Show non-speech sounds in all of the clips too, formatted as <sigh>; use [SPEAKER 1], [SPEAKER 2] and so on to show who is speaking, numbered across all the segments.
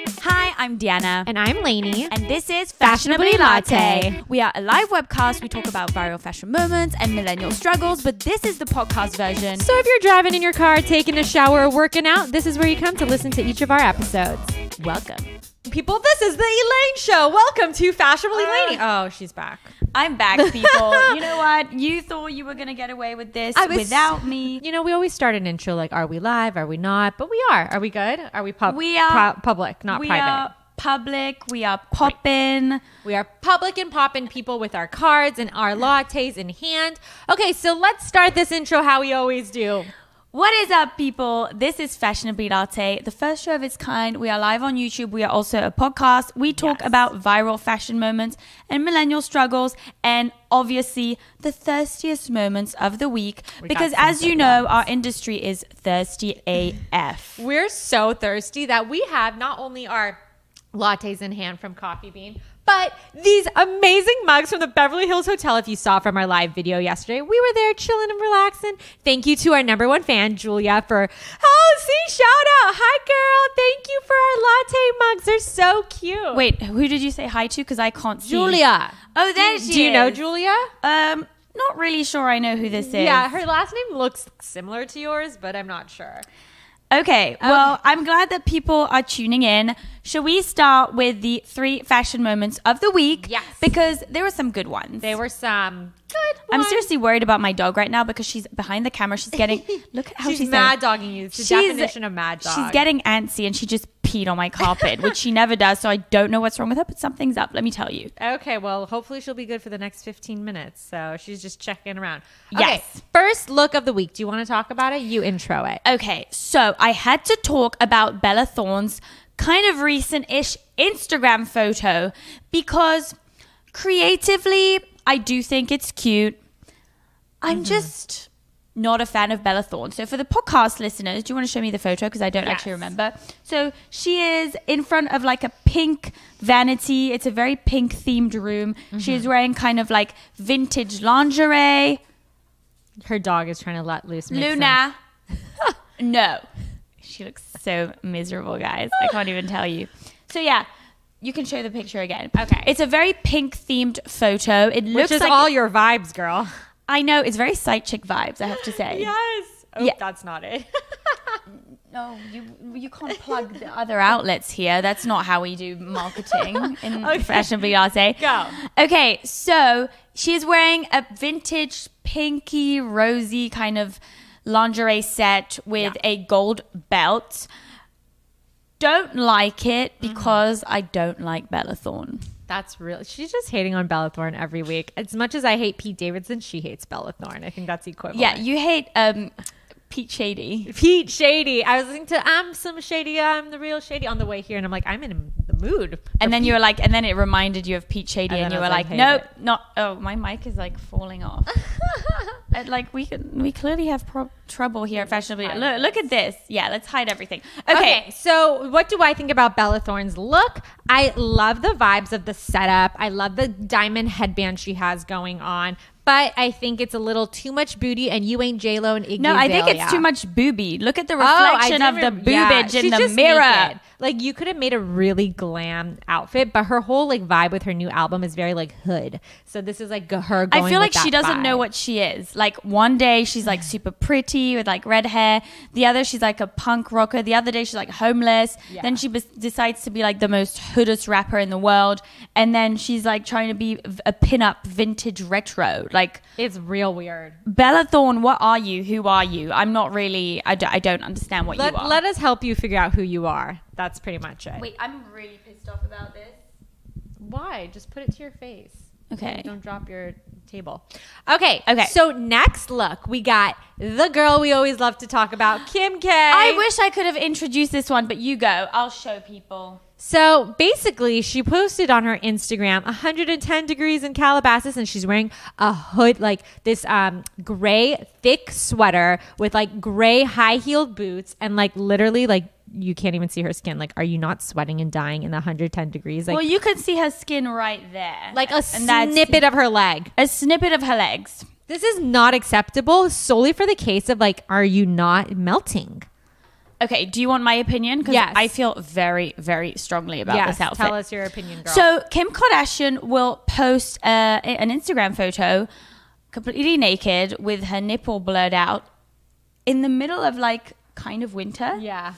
[SPEAKER 1] I'm Deanna.
[SPEAKER 2] And I'm Lainey.
[SPEAKER 1] And this is
[SPEAKER 2] Fashionably Latte.
[SPEAKER 1] We are a live webcast. We talk about viral fashion moments and millennial struggles, but this is the podcast version.
[SPEAKER 2] So if you're driving in your car, taking a shower, or working out, this is where you come to listen to each of our episodes.
[SPEAKER 1] Welcome.
[SPEAKER 2] People, this is the Elaine Show. Welcome to Fashionably Lainey. Oh, she's back.
[SPEAKER 1] I'm
[SPEAKER 2] <laughs>
[SPEAKER 1] back, people. you know what? You thought you were going to get away with this
[SPEAKER 2] I was-
[SPEAKER 1] without me.
[SPEAKER 2] You know, we always start an intro like, are we live? Are we not? But we are. Are we good? Are we pub-
[SPEAKER 1] We are-
[SPEAKER 2] pu- public, <laughs> not
[SPEAKER 1] we
[SPEAKER 2] private?
[SPEAKER 1] are public. We are popping.
[SPEAKER 2] We are public and popping people with our cards and our lattes in hand. Okay, so let's start this intro how we always do.
[SPEAKER 1] What is up, people? This is Fashionably Latte, the first show of its kind. We are live on YouTube. We are also a podcast. We talk
[SPEAKER 2] Yes.
[SPEAKER 1] about viral fashion moments and millennial struggles, and obviously the thirstiest moments of the week.
[SPEAKER 2] got
[SPEAKER 1] because,
[SPEAKER 2] some
[SPEAKER 1] as
[SPEAKER 2] good
[SPEAKER 1] you know, our industry is thirsty AF.
[SPEAKER 2] We're so thirsty that we have not only our lattes in hand from Coffee Bean, but these amazing mugs from the Beverly Hills Hotel. If you saw from our live video yesterday, we were there chilling and relaxing. Thank you to our number one fan, Julia, for oh, see, shout out. Hi, girl. Thank you for our latte mugs. They're so cute.
[SPEAKER 1] Wait, who did you say hi to? Because I can't see.
[SPEAKER 2] Julia.
[SPEAKER 1] Oh, there
[SPEAKER 2] do,
[SPEAKER 1] she
[SPEAKER 2] Do you know
[SPEAKER 1] is.
[SPEAKER 2] Julia?
[SPEAKER 1] Um, not really sure I know who this is.
[SPEAKER 2] Yeah, her last name looks similar to yours, but I'm not sure.
[SPEAKER 1] Okay, well, I'm glad that people are tuning in. Shall we start with the three fashion moments of the week?
[SPEAKER 2] Yes.
[SPEAKER 1] Because there were some good ones.
[SPEAKER 2] They were some good.
[SPEAKER 1] I'm
[SPEAKER 2] ones.
[SPEAKER 1] seriously worried about my dog right now because she's behind the camera. She's
[SPEAKER 2] <laughs>
[SPEAKER 1] getting look at how
[SPEAKER 2] She's
[SPEAKER 1] she's,
[SPEAKER 2] mad
[SPEAKER 1] getting-
[SPEAKER 2] dogging you. It's the definition of mad dog.
[SPEAKER 1] She's getting antsy and she just peed on my carpet, which she never does. So I don't know what's wrong with her, but something's up. Let me tell you.
[SPEAKER 2] Okay, well, hopefully she'll be good for the next 15 minutes. So she's just checking around.
[SPEAKER 1] Yes.
[SPEAKER 2] First look of the week. Do you want to talk about it? You intro it.
[SPEAKER 1] Okay, so I had to talk about Bella Thorne's kind of recent ish Instagram photo because creatively, I do think it's cute. I'm just not a fan of Bella Thorne. So, for the podcast listeners, do you want to show me the photo? Because I don't actually
[SPEAKER 2] Yes.
[SPEAKER 1] remember. So, she is in front of like a pink vanity. It's a very pink themed room. She is wearing kind of like vintage lingerie.
[SPEAKER 2] Her dog is trying to let loose. Make sense.
[SPEAKER 1] Luna. <laughs> no. She looks so miserable, guys. I can't even tell you. So yeah, you can show the picture again.
[SPEAKER 2] Okay.
[SPEAKER 1] It's a very pink themed photo. It
[SPEAKER 2] Which
[SPEAKER 1] looks
[SPEAKER 2] is
[SPEAKER 1] like
[SPEAKER 2] all your vibes, girl.
[SPEAKER 1] I know, it's very side chick vibes, I have to say.
[SPEAKER 2] Yes. Oh,
[SPEAKER 1] Yeah.
[SPEAKER 2] that's not it. <laughs>
[SPEAKER 1] No, you you can't plug the other outlets here. That's not how we do marketing in
[SPEAKER 2] <laughs> Okay.
[SPEAKER 1] fashionably latte.
[SPEAKER 2] Go.
[SPEAKER 1] Okay, so she is wearing a vintage pinky rosy kind of lingerie set with a gold belt. Don't like it
[SPEAKER 2] Mm-hmm.
[SPEAKER 1] because I don't like Bella Thorne.
[SPEAKER 2] That's real. She's just hating on Bella Thorne every week. As much as I hate Pete Davidson, she hates Bella Thorne. I think that's equivalent.
[SPEAKER 1] Yeah, you hate um Pete Shady.
[SPEAKER 2] Pete Shady. I was listening to I'm some Shady, I'm the real Shady on the way here, and I'm like, I'm in the mood.
[SPEAKER 1] And then you were like, and then it reminded you of Pete Shady,
[SPEAKER 2] And
[SPEAKER 1] and,
[SPEAKER 2] then
[SPEAKER 1] you
[SPEAKER 2] I
[SPEAKER 1] were
[SPEAKER 2] was like,
[SPEAKER 1] like,
[SPEAKER 2] hate
[SPEAKER 1] nope, not. Oh, my mic is like falling
[SPEAKER 2] <laughs>
[SPEAKER 1] off. And, like we can, we clearly have pro- trouble here at fashionably.
[SPEAKER 2] hide
[SPEAKER 1] Look, look at this. Yeah, let's hide everything.
[SPEAKER 2] Okay.
[SPEAKER 1] <laughs>
[SPEAKER 2] so what do I think about Bella Thorne's look? I love the vibes of the setup. I love the diamond headband she has going on, but I think it's a little too much booty, and you ain't J Lo and Iggy.
[SPEAKER 1] No, I think
[SPEAKER 2] Azalea.
[SPEAKER 1] it's too much booby. Look at the
[SPEAKER 2] Oh, I
[SPEAKER 1] reflection of the
[SPEAKER 2] didn't rem- yeah,
[SPEAKER 1] boobage
[SPEAKER 2] she's
[SPEAKER 1] in the
[SPEAKER 2] just
[SPEAKER 1] mirror.
[SPEAKER 2] naked. Like you could have made a really glam outfit, but her whole like vibe with her new album is very like hood. So this is like g- her. Going
[SPEAKER 1] I feel
[SPEAKER 2] with
[SPEAKER 1] like
[SPEAKER 2] that
[SPEAKER 1] she doesn't know
[SPEAKER 2] vibe.
[SPEAKER 1] what she is. Like one day she's like super pretty with like red hair. The other she's like a punk rocker. The other day she's like homeless.
[SPEAKER 2] Yeah.
[SPEAKER 1] Then she bes- decides to be like the most hoodest rapper in the world. And then she's like trying to be v- a pin-up vintage retro. Like
[SPEAKER 2] It's real weird.
[SPEAKER 1] Bella Thorne, what are you? Who are you? I'm not really. I, d- I don't understand what
[SPEAKER 2] Let,
[SPEAKER 1] you are.
[SPEAKER 2] let us help you figure out who you are. That's pretty much it.
[SPEAKER 1] Wait, I'm really pissed off about this.
[SPEAKER 2] Why? Just put it to your face.
[SPEAKER 1] Okay.
[SPEAKER 2] Don't drop your table. Okay.
[SPEAKER 1] Okay.
[SPEAKER 2] So next look, we got the girl we always love to talk about, Kim K.
[SPEAKER 1] I wish I could have introduced this one, but you go. I'll show people.
[SPEAKER 2] So basically, she posted on her Instagram 110 degrees in Calabasas, and she's wearing a hood, like this um, gray thick sweater with like gray high heeled boots, and like literally, like you can't even see her skin. Like, are you not sweating and dying in the 110 degrees? Like,
[SPEAKER 1] well, you can see her skin right there,
[SPEAKER 2] like a
[SPEAKER 1] And that's-
[SPEAKER 2] snippet of her leg.
[SPEAKER 1] a snippet of her legs.
[SPEAKER 2] This is not acceptable solely for the case of like, are you not melting?
[SPEAKER 1] Okay, do you want my opinion? Because
[SPEAKER 2] Yes.
[SPEAKER 1] I feel very, very strongly about
[SPEAKER 2] Yes,
[SPEAKER 1] this outfit.
[SPEAKER 2] tell us your opinion, girl.
[SPEAKER 1] So Kim Kardashian will post uh, a- an Instagram photo completely naked with her nipple blurred out in the middle of like kind of winter
[SPEAKER 2] yeah,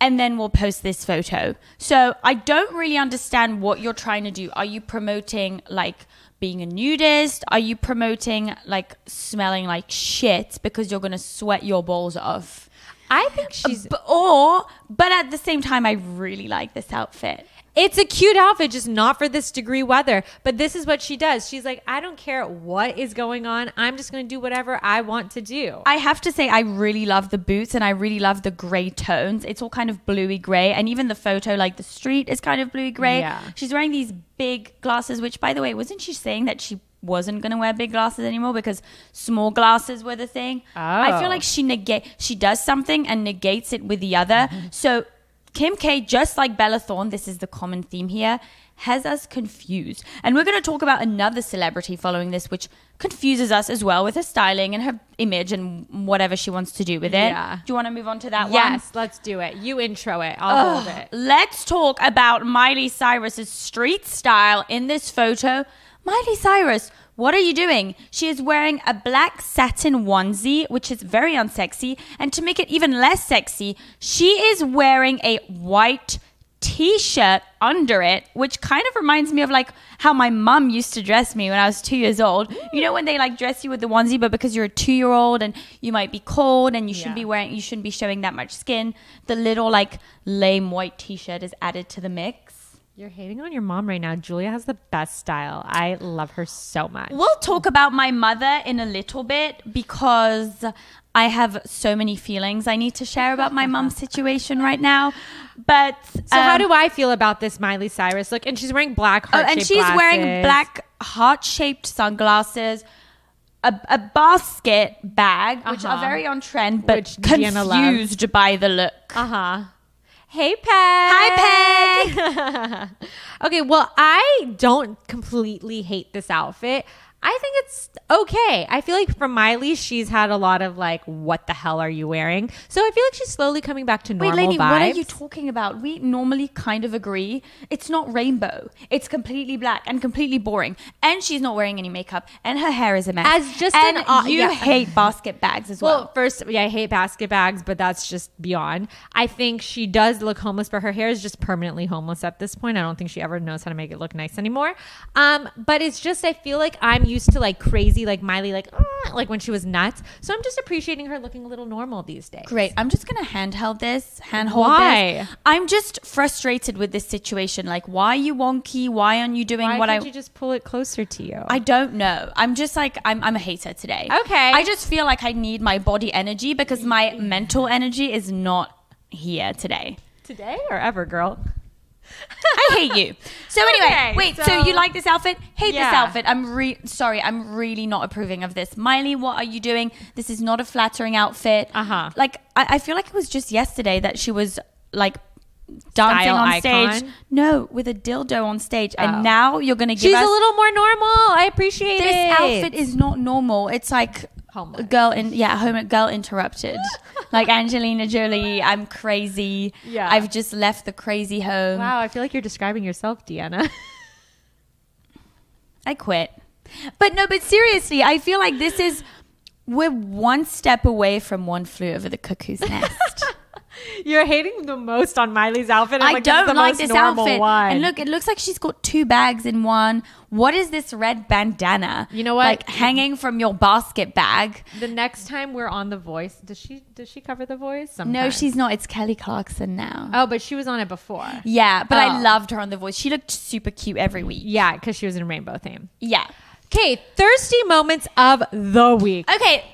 [SPEAKER 1] and then we'll post this photo. So I don't really understand what you're trying to do. Are you promoting like being a nudist? Are you promoting like smelling like shit because you're going to sweat your balls off?
[SPEAKER 2] I think she's.
[SPEAKER 1] But, or but at the same time I really like this outfit.
[SPEAKER 2] It's a cute outfit, just not for this degree weather. But this is what she does. She's like, I don't care what is going on. I'm just going to do whatever I want to do.
[SPEAKER 1] I have to say, I really love the boots and I really love the gray tones. It's all kind of bluey gray. And even the photo, like the street is kind of bluey gray.
[SPEAKER 2] Yeah.
[SPEAKER 1] She's wearing these big glasses, which, by the way, wasn't she saying that she wasn't going to wear big glasses anymore because small glasses were the thing? I
[SPEAKER 2] Oh.
[SPEAKER 1] feel like she negate she does something and negates it with the other.
[SPEAKER 2] Mm-hmm.
[SPEAKER 1] So Kim K, just like Bella Thorne, this is the common theme here, has us confused. And we're going to talk about another celebrity following this, which confuses us as well with her styling and her image and whatever she wants to do with it.
[SPEAKER 2] Yeah.
[SPEAKER 1] Do you want to move on to that one?
[SPEAKER 2] Yes, let's do it. You intro it. I'll hold it.
[SPEAKER 1] Let's talk about Miley Cyrus's street style in this photo. Miley Cyrus, what are you doing? She is wearing a black satin onesie, which is very unsexy. And to make it even less sexy, she is wearing a white t shirt under it, which kind of reminds me of like how my mum used to dress me when I was two years old. You know, when they like dress you with the onesie, but because you're a two year old and you might be cold and you shouldn't
[SPEAKER 2] Yeah.
[SPEAKER 1] be wearing, you shouldn't be showing that much skin, the little like lame white t shirt is added to the mix.
[SPEAKER 2] You're hating on your mom right now. Julia has the best style. I love her so much.
[SPEAKER 1] We'll talk about my mother in a little bit because I have so many feelings I need to share about my
[SPEAKER 2] <laughs>
[SPEAKER 1] mum's situation right now. But
[SPEAKER 2] So how
[SPEAKER 1] um,
[SPEAKER 2] do I feel about this Miley Cyrus look? And she's wearing black heart.
[SPEAKER 1] Oh, and she's wearing black heart-shaped sunglasses, a, a basket bag, which
[SPEAKER 2] Uh-huh.
[SPEAKER 1] are very on trend, but
[SPEAKER 2] Which Deanna loves.
[SPEAKER 1] confused by the look.
[SPEAKER 2] Uh huh. Hey Peg.
[SPEAKER 1] Hi, Peg. <laughs>
[SPEAKER 2] okay, well I don't completely hate this outfit. I think it's okay. I feel like from Miley, she's had a lot of like, "What the hell are you wearing?" So I feel like she's slowly coming back to
[SPEAKER 1] Wait,
[SPEAKER 2] normal
[SPEAKER 1] lady,
[SPEAKER 2] vibes.
[SPEAKER 1] what are you talking about? We normally kind of agree. It's not rainbow. It's completely black and completely boring. And she's not wearing any makeup, and her hair is a mess.
[SPEAKER 2] As just
[SPEAKER 1] and
[SPEAKER 2] an au-
[SPEAKER 1] you
[SPEAKER 2] yeah.
[SPEAKER 1] hate basket bags as well.
[SPEAKER 2] Well, first, yeah, I hate basket bags, but that's just beyond. I think she does look homeless, but her hair is just permanently homeless at this point. I don't think she ever knows how to make it look nice anymore. Um, but it's just I feel like I'm used to like crazy, like Miley, like "Ah," like when she was nuts. So I'm just appreciating her looking a little normal these days.
[SPEAKER 1] Great. I'm just gonna handheld this, handhold
[SPEAKER 2] Why?
[SPEAKER 1] this. I'm just frustrated with this situation. Like, why are you wonky? Why aren't you doing
[SPEAKER 2] Why
[SPEAKER 1] what
[SPEAKER 2] can't
[SPEAKER 1] I?
[SPEAKER 2] you just pull it closer to you?
[SPEAKER 1] I don't know. I'm just like I'm. I'm a hater today.
[SPEAKER 2] Okay.
[SPEAKER 1] I just feel like I need my body energy because my mental energy is not here today.
[SPEAKER 2] today or ever, girl.
[SPEAKER 1] I hate you. So anyway,
[SPEAKER 2] Okay,
[SPEAKER 1] wait. So,
[SPEAKER 2] so-
[SPEAKER 1] you like this outfit? Hate
[SPEAKER 2] Yeah.
[SPEAKER 1] this outfit? I'm re- sorry. I'm really not approving of this. Miley, what are you doing? This is not a flattering outfit.
[SPEAKER 2] Uh-huh.
[SPEAKER 1] Like I, I feel like it was just yesterday that she was like dancing
[SPEAKER 2] Style
[SPEAKER 1] on
[SPEAKER 2] icon?
[SPEAKER 1] stage. No, with a dildo on stage,
[SPEAKER 2] Oh.
[SPEAKER 1] and now you're gonna give
[SPEAKER 2] She's
[SPEAKER 1] us
[SPEAKER 2] a little more normal. I appreciate
[SPEAKER 1] this
[SPEAKER 2] it.
[SPEAKER 1] outfit is not normal. It's like
[SPEAKER 2] Homework.
[SPEAKER 1] a girl in yeah, home girl
[SPEAKER 2] <laughs>
[SPEAKER 1] interrupted. like Angelina Jolie, I'm crazy.
[SPEAKER 2] Yeah.
[SPEAKER 1] I've just left the crazy home.
[SPEAKER 2] Wow, I feel like you're describing yourself, Deanna. <laughs>
[SPEAKER 1] I quit. But no, but seriously, I feel like this is we're one step away from one flew over the
[SPEAKER 2] <laughs>
[SPEAKER 1] cuckoo's nest.
[SPEAKER 2] You're hating the most on Miley's outfit. I'm
[SPEAKER 1] I
[SPEAKER 2] like, this is
[SPEAKER 1] don't
[SPEAKER 2] the
[SPEAKER 1] like
[SPEAKER 2] most
[SPEAKER 1] this
[SPEAKER 2] normal
[SPEAKER 1] outfit.
[SPEAKER 2] One.
[SPEAKER 1] And look, it looks like she's got two bags in one. What is this red bandana?
[SPEAKER 2] You know what?
[SPEAKER 1] Like hanging from your basket bag.
[SPEAKER 2] the next time we're on The Voice, does she does she cover The Voice?
[SPEAKER 1] No,
[SPEAKER 2] Sometimes.
[SPEAKER 1] she's not. It's Kelly Clarkson now.
[SPEAKER 2] Oh, but she was on it before.
[SPEAKER 1] Yeah, but
[SPEAKER 2] Oh.
[SPEAKER 1] I loved her on The Voice. She looked super cute every week.
[SPEAKER 2] Yeah, because she was in Rainbow Theme.
[SPEAKER 1] Yeah.
[SPEAKER 2] Okay, thirsty moments of the week.
[SPEAKER 1] Okay.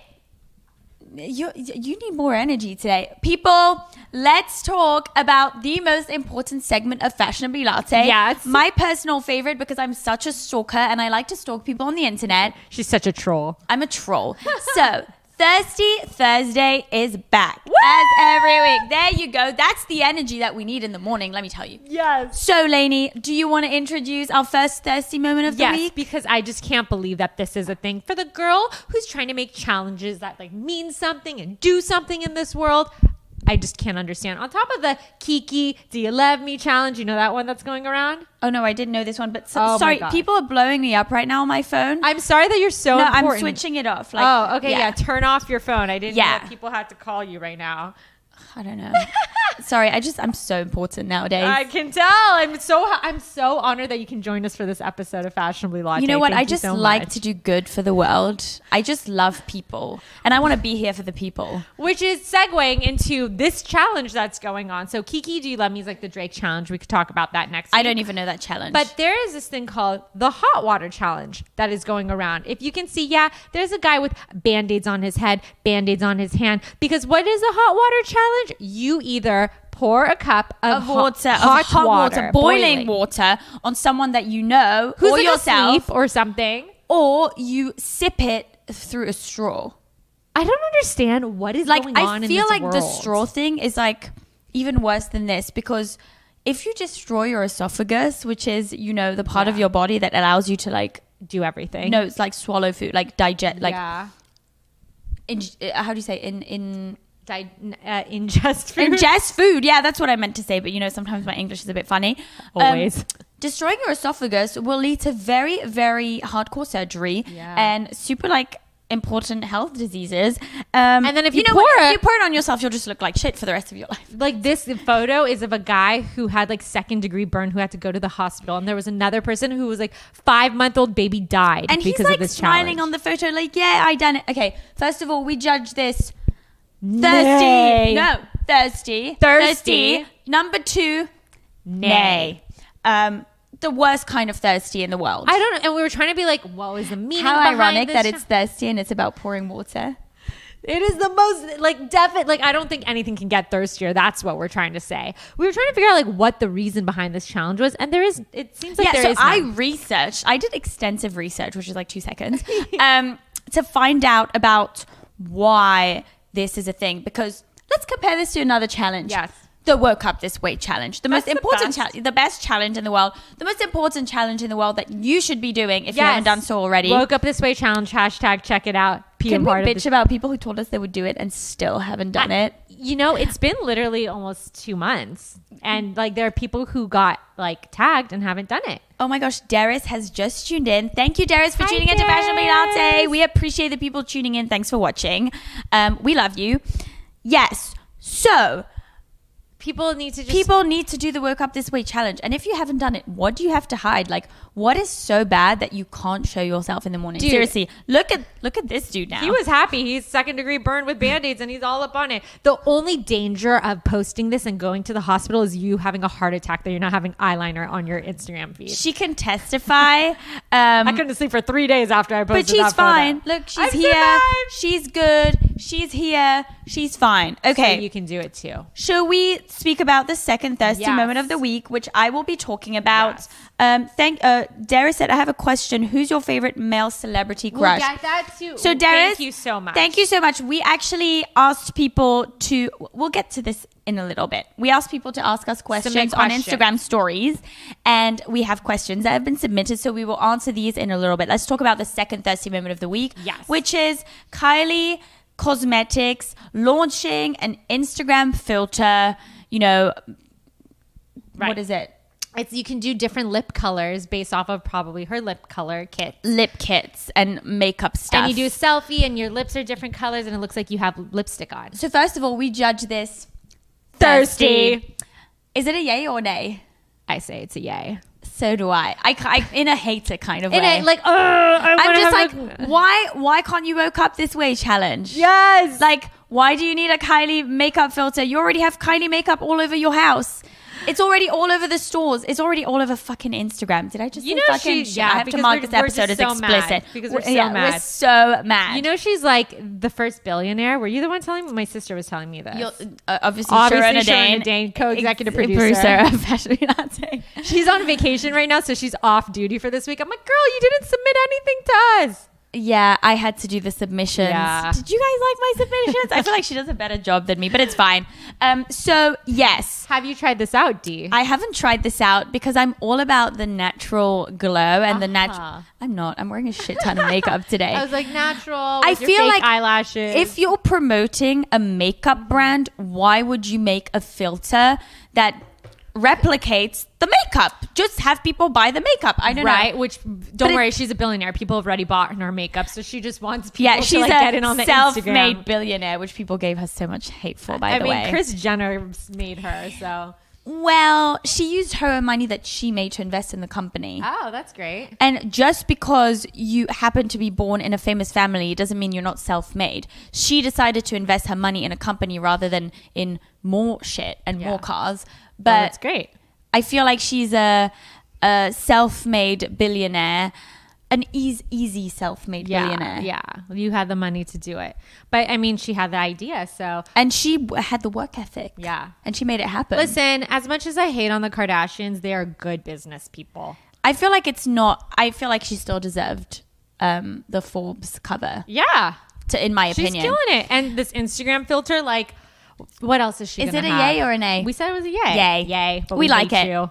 [SPEAKER 1] You, you need more energy today. People, let's talk about the most important segment of Fashionably Latte.
[SPEAKER 2] Yes.
[SPEAKER 1] My personal favorite because I'm such a stalker and I like to stalk people on the internet.
[SPEAKER 2] She's such a troll.
[SPEAKER 1] I'm a
[SPEAKER 2] <laughs>
[SPEAKER 1] troll. so, Thirsty Thursday is back. As every week. There you go. That's the energy that we need in the morning, let me tell you.
[SPEAKER 2] Yes.
[SPEAKER 1] So, Lainey, do you want to introduce our first Thirsty moment of
[SPEAKER 2] Yes,
[SPEAKER 1] the week?
[SPEAKER 2] because I just can't believe that this is a thing for the girl who's trying to make challenges that like mean something and do something in this world. I just can't understand. On top of the Kiki, do you love me challenge? You know that one that's going around?
[SPEAKER 1] Oh no, I didn't know this one. But so,
[SPEAKER 2] Oh, my
[SPEAKER 1] sorry,
[SPEAKER 2] God.
[SPEAKER 1] people are blowing me up right now on my phone.
[SPEAKER 2] I'm sorry that you're so
[SPEAKER 1] no,
[SPEAKER 2] important.
[SPEAKER 1] I'm switching it off. Like,
[SPEAKER 2] oh, okay, yeah. Turn off your phone. I didn't know
[SPEAKER 1] Yeah.
[SPEAKER 2] that people had to call you right now.
[SPEAKER 1] I don't know. <laughs> sorry, I just I'm so important nowadays.
[SPEAKER 2] I can tell. I'm so I'm so honored that you can join us for this episode of Fashionably Latte.
[SPEAKER 1] you know what?
[SPEAKER 2] Thank
[SPEAKER 1] I just
[SPEAKER 2] so
[SPEAKER 1] like
[SPEAKER 2] much.
[SPEAKER 1] to do good for the world. I just love people, and I want to be here for the people.
[SPEAKER 2] which is segueing into this challenge that's going on. So Kiki, do you love me? Is like the Drake challenge. We could talk about that next.
[SPEAKER 1] I
[SPEAKER 2] week.
[SPEAKER 1] don't even know that challenge.
[SPEAKER 2] But there is this thing called the hot water challenge that is going around. If you can see, yeah, there's a guy with band aids on his head, band aids on his hand. Because what is a hot water challenge? You either pour a cup of,
[SPEAKER 1] of
[SPEAKER 2] hot-
[SPEAKER 1] water, of
[SPEAKER 2] hot,
[SPEAKER 1] hot water, boiling, water on someone that you know
[SPEAKER 2] Who's
[SPEAKER 1] or
[SPEAKER 2] like
[SPEAKER 1] yourself,
[SPEAKER 2] asleep or something.
[SPEAKER 1] or you sip it through a straw.
[SPEAKER 2] I don't understand what is
[SPEAKER 1] Like
[SPEAKER 2] going on.
[SPEAKER 1] I
[SPEAKER 2] in
[SPEAKER 1] feel
[SPEAKER 2] this
[SPEAKER 1] like the
[SPEAKER 2] world.
[SPEAKER 1] straw thing is like even worse than this because if you just straw your esophagus, which is you know the part of your body that allows you to like
[SPEAKER 2] do everything.
[SPEAKER 1] no, it's like swallow food, like digest, like
[SPEAKER 2] yeah.
[SPEAKER 1] in, uh, how do you say in in
[SPEAKER 2] Di- uh, <laughs> ingest food.
[SPEAKER 1] ingest food. Yeah, that's what I meant to say. But you know, sometimes my English is a bit funny. Um,
[SPEAKER 2] Always.
[SPEAKER 1] destroying your esophagus will lead to very, very hardcore surgery
[SPEAKER 2] Yeah.
[SPEAKER 1] and super like important health diseases. Um,
[SPEAKER 2] And then if you
[SPEAKER 1] know
[SPEAKER 2] pour
[SPEAKER 1] what?
[SPEAKER 2] it-
[SPEAKER 1] if you pour it on yourself, you'll just look like shit for the rest of your <laughs> life.
[SPEAKER 2] like this photo is of a guy who had like second degree burn who had to go to the hospital and there was another person who was like five month old baby died
[SPEAKER 1] And
[SPEAKER 2] because
[SPEAKER 1] he's
[SPEAKER 2] of
[SPEAKER 1] like
[SPEAKER 2] this
[SPEAKER 1] smiling
[SPEAKER 2] challenge.
[SPEAKER 1] on the photo, like, "Yeah, I done it." Okay, first of all, we judge this thirsty.
[SPEAKER 2] Nay.
[SPEAKER 1] No, thirsty,
[SPEAKER 2] Thirsty.
[SPEAKER 1] Number two,
[SPEAKER 2] nay.
[SPEAKER 1] nay. Um, the worst kind of thirsty in the world.
[SPEAKER 2] I don't know. And we were trying to be like, what was the meaning?
[SPEAKER 1] How
[SPEAKER 2] behind
[SPEAKER 1] ironic
[SPEAKER 2] this
[SPEAKER 1] that
[SPEAKER 2] cha-
[SPEAKER 1] it's thirsty and it's about pouring water.
[SPEAKER 2] it is the most like definite. Like I don't think anything can get thirstier. That's what we're trying to say. We were trying to figure out like what the reason behind this challenge was, and there is. It seems like
[SPEAKER 1] yeah,
[SPEAKER 2] there
[SPEAKER 1] so
[SPEAKER 2] is
[SPEAKER 1] I
[SPEAKER 2] none.
[SPEAKER 1] researched. I did extensive research, which is like two
[SPEAKER 2] <laughs>
[SPEAKER 1] seconds, um, to find out about why this is a thing. Because let's compare this to another challenge.
[SPEAKER 2] Yes.
[SPEAKER 1] The woke up this way challenge, the most
[SPEAKER 2] That's the
[SPEAKER 1] important
[SPEAKER 2] best.
[SPEAKER 1] challenge, the best challenge in the world, the most important challenge in the world that you should be doing if you
[SPEAKER 2] Yes.
[SPEAKER 1] haven't done so already.
[SPEAKER 2] Woke up this way challenge hashtag check it out. Be a
[SPEAKER 1] Can we
[SPEAKER 2] part of
[SPEAKER 1] bitch
[SPEAKER 2] this
[SPEAKER 1] about people who told us they would do it and still haven't done it?
[SPEAKER 2] You know, it's been literally almost two months, and like there are people who got like tagged and haven't done it.
[SPEAKER 1] Oh my gosh, Darius has just tuned in. Thank you, Darius, for
[SPEAKER 2] Hi,
[SPEAKER 1] tuning in to Fashion Week
[SPEAKER 2] Darius.
[SPEAKER 1] Latte. We appreciate the people tuning in. Thanks for watching. Um, we love you. Yes. So
[SPEAKER 2] People need to just
[SPEAKER 1] people need to do the work up this way challenge. And if you haven't done it, what do you have to hide? Like, what is so bad that you can't show yourself in the morning?
[SPEAKER 2] Dude.
[SPEAKER 1] Seriously, look at look at this dude now.
[SPEAKER 2] He was happy. He's second degree burned with band aids, and he's all up on it. The only danger of posting this and going to the hospital is you having a heart attack that you're not having eyeliner on your Instagram feed.
[SPEAKER 1] she can testify. Um,
[SPEAKER 2] I couldn't sleep for three days after I posted.
[SPEAKER 1] but she's
[SPEAKER 2] that photo.
[SPEAKER 1] fine. Look, she's
[SPEAKER 2] I've
[SPEAKER 1] here.
[SPEAKER 2] survived.
[SPEAKER 1] She's good. She's here. She's fine. Okay.
[SPEAKER 2] So you can do it too.
[SPEAKER 1] Shall we speak about the second thirsty
[SPEAKER 2] Yes.
[SPEAKER 1] moment of the week, which I will be talking about?
[SPEAKER 2] Yes.
[SPEAKER 1] Um, thank uh, Dara said I have a question. Who's your favorite male celebrity crush?
[SPEAKER 2] that too.
[SPEAKER 1] so Darius,
[SPEAKER 2] thank you so much.
[SPEAKER 1] Thank you so much. We actually asked people to. We'll get to this in a little bit. We asked people to ask us questions on
[SPEAKER 2] questions.
[SPEAKER 1] Instagram stories, and we have questions that have been submitted. So we will answer these in a little bit. Let's talk about the second thirsty moment of the week,
[SPEAKER 2] Yes.
[SPEAKER 1] which is Kylie Cosmetics launching an Instagram filter. You know,
[SPEAKER 2] Right.
[SPEAKER 1] what is it?
[SPEAKER 2] It's you can do different lip colors based off of probably her lip color kit.
[SPEAKER 1] Lip kits and makeup stuff.
[SPEAKER 2] And you do a selfie, and your lips are different colors, and it looks like you have lipstick on.
[SPEAKER 1] so first of all, we judge this Is it a yay or nay?
[SPEAKER 2] I say it's a yay.
[SPEAKER 1] So do I. I, ca- I in a hater kind of
[SPEAKER 2] In
[SPEAKER 1] way.
[SPEAKER 2] it, like, oh,
[SPEAKER 1] I'm
[SPEAKER 2] I wanna
[SPEAKER 1] just like,
[SPEAKER 2] have a-
[SPEAKER 1] why? Why can't you woke up this way challenge?
[SPEAKER 2] yes.
[SPEAKER 1] Like, why do you need a Kylie makeup filter? You already have Kylie makeup all over your house. It's already all over the stores. It's already all over fucking Instagram. Did I just
[SPEAKER 2] You
[SPEAKER 1] say
[SPEAKER 2] know
[SPEAKER 1] fucking
[SPEAKER 2] she-
[SPEAKER 1] shit?
[SPEAKER 2] yeah,
[SPEAKER 1] I have to
[SPEAKER 2] because
[SPEAKER 1] mark
[SPEAKER 2] we're-
[SPEAKER 1] this
[SPEAKER 2] we're
[SPEAKER 1] episode as
[SPEAKER 2] just so mad.
[SPEAKER 1] explicit.
[SPEAKER 2] Because we're so
[SPEAKER 1] We're
[SPEAKER 2] mad.
[SPEAKER 1] so mad.
[SPEAKER 2] you know, she's like the first billionaire. Were you the one telling me? My sister was telling me this.
[SPEAKER 1] You'll, uh, obviously,
[SPEAKER 2] Obviously,
[SPEAKER 1] Sharona Dane,
[SPEAKER 2] Sharona Dane, co-executive
[SPEAKER 1] ex-
[SPEAKER 2] producer. <laughs>
[SPEAKER 1] of Fashion Week Latte.
[SPEAKER 2] She's on vacation right now, so she's off duty for this week. I'm like, girl, you didn't submit anything to us.
[SPEAKER 1] Yeah, I had to do the submissions.
[SPEAKER 2] Yeah.
[SPEAKER 1] Did you guys like my submissions? I feel like she does a better job than me, but it's fine. Um, so yes,
[SPEAKER 2] Have you tried this out, Dee?
[SPEAKER 1] I haven't tried this out because I'm all about the natural glow and the
[SPEAKER 2] Uh-huh.
[SPEAKER 1] natural. I'm not. I'm wearing a shit ton of makeup today.
[SPEAKER 2] <laughs> I was like natural.
[SPEAKER 1] I
[SPEAKER 2] with your
[SPEAKER 1] feel
[SPEAKER 2] fake
[SPEAKER 1] like
[SPEAKER 2] eyelashes.
[SPEAKER 1] If you're promoting a makeup brand, why would you make a filter that replicates the makeup? Just have people buy the makeup. I don't
[SPEAKER 2] right,
[SPEAKER 1] know.
[SPEAKER 2] which don't
[SPEAKER 1] it-
[SPEAKER 2] worry, she's a billionaire. People have already bought her makeup, so she just wants people
[SPEAKER 1] Yeah,
[SPEAKER 2] to
[SPEAKER 1] she's
[SPEAKER 2] like,
[SPEAKER 1] a
[SPEAKER 2] get in on the
[SPEAKER 1] self-made
[SPEAKER 2] Instagram.
[SPEAKER 1] billionaire, which people gave her so much hate for. By
[SPEAKER 2] I
[SPEAKER 1] the
[SPEAKER 2] mean,
[SPEAKER 1] way,
[SPEAKER 2] Chris Jenner made her, so
[SPEAKER 1] well, she used her own money that she made to invest in the company.
[SPEAKER 2] oh, that's great.
[SPEAKER 1] And just because you happen to be born in a famous family doesn't mean you're not self made. She decided to invest her money in a company rather than in more shit and
[SPEAKER 2] Yeah.
[SPEAKER 1] more cars. But
[SPEAKER 2] Well, that's great.
[SPEAKER 1] I feel like she's a, a self made billionaire, an easy, easy self made
[SPEAKER 2] Yeah,
[SPEAKER 1] billionaire.
[SPEAKER 2] yeah, you had the money to do it, but I mean, she had the idea, so
[SPEAKER 1] And she w- had the work ethic.
[SPEAKER 2] Yeah.
[SPEAKER 1] And she made it happen.
[SPEAKER 2] Listen, as much as I hate on the Kardashians, they are good business people.
[SPEAKER 1] I feel like it's not, I feel like she still deserved um, the Forbes cover,
[SPEAKER 2] Yeah.
[SPEAKER 1] to, in my
[SPEAKER 2] She's
[SPEAKER 1] opinion.
[SPEAKER 2] doing it. And this Instagram filter, like, what else is she
[SPEAKER 1] Is
[SPEAKER 2] gonna
[SPEAKER 1] it a
[SPEAKER 2] have?
[SPEAKER 1] yay or a nay?
[SPEAKER 2] We said it was a yay.
[SPEAKER 1] Yay.
[SPEAKER 2] Yay. But
[SPEAKER 1] We like
[SPEAKER 2] hate
[SPEAKER 1] it.
[SPEAKER 2] you.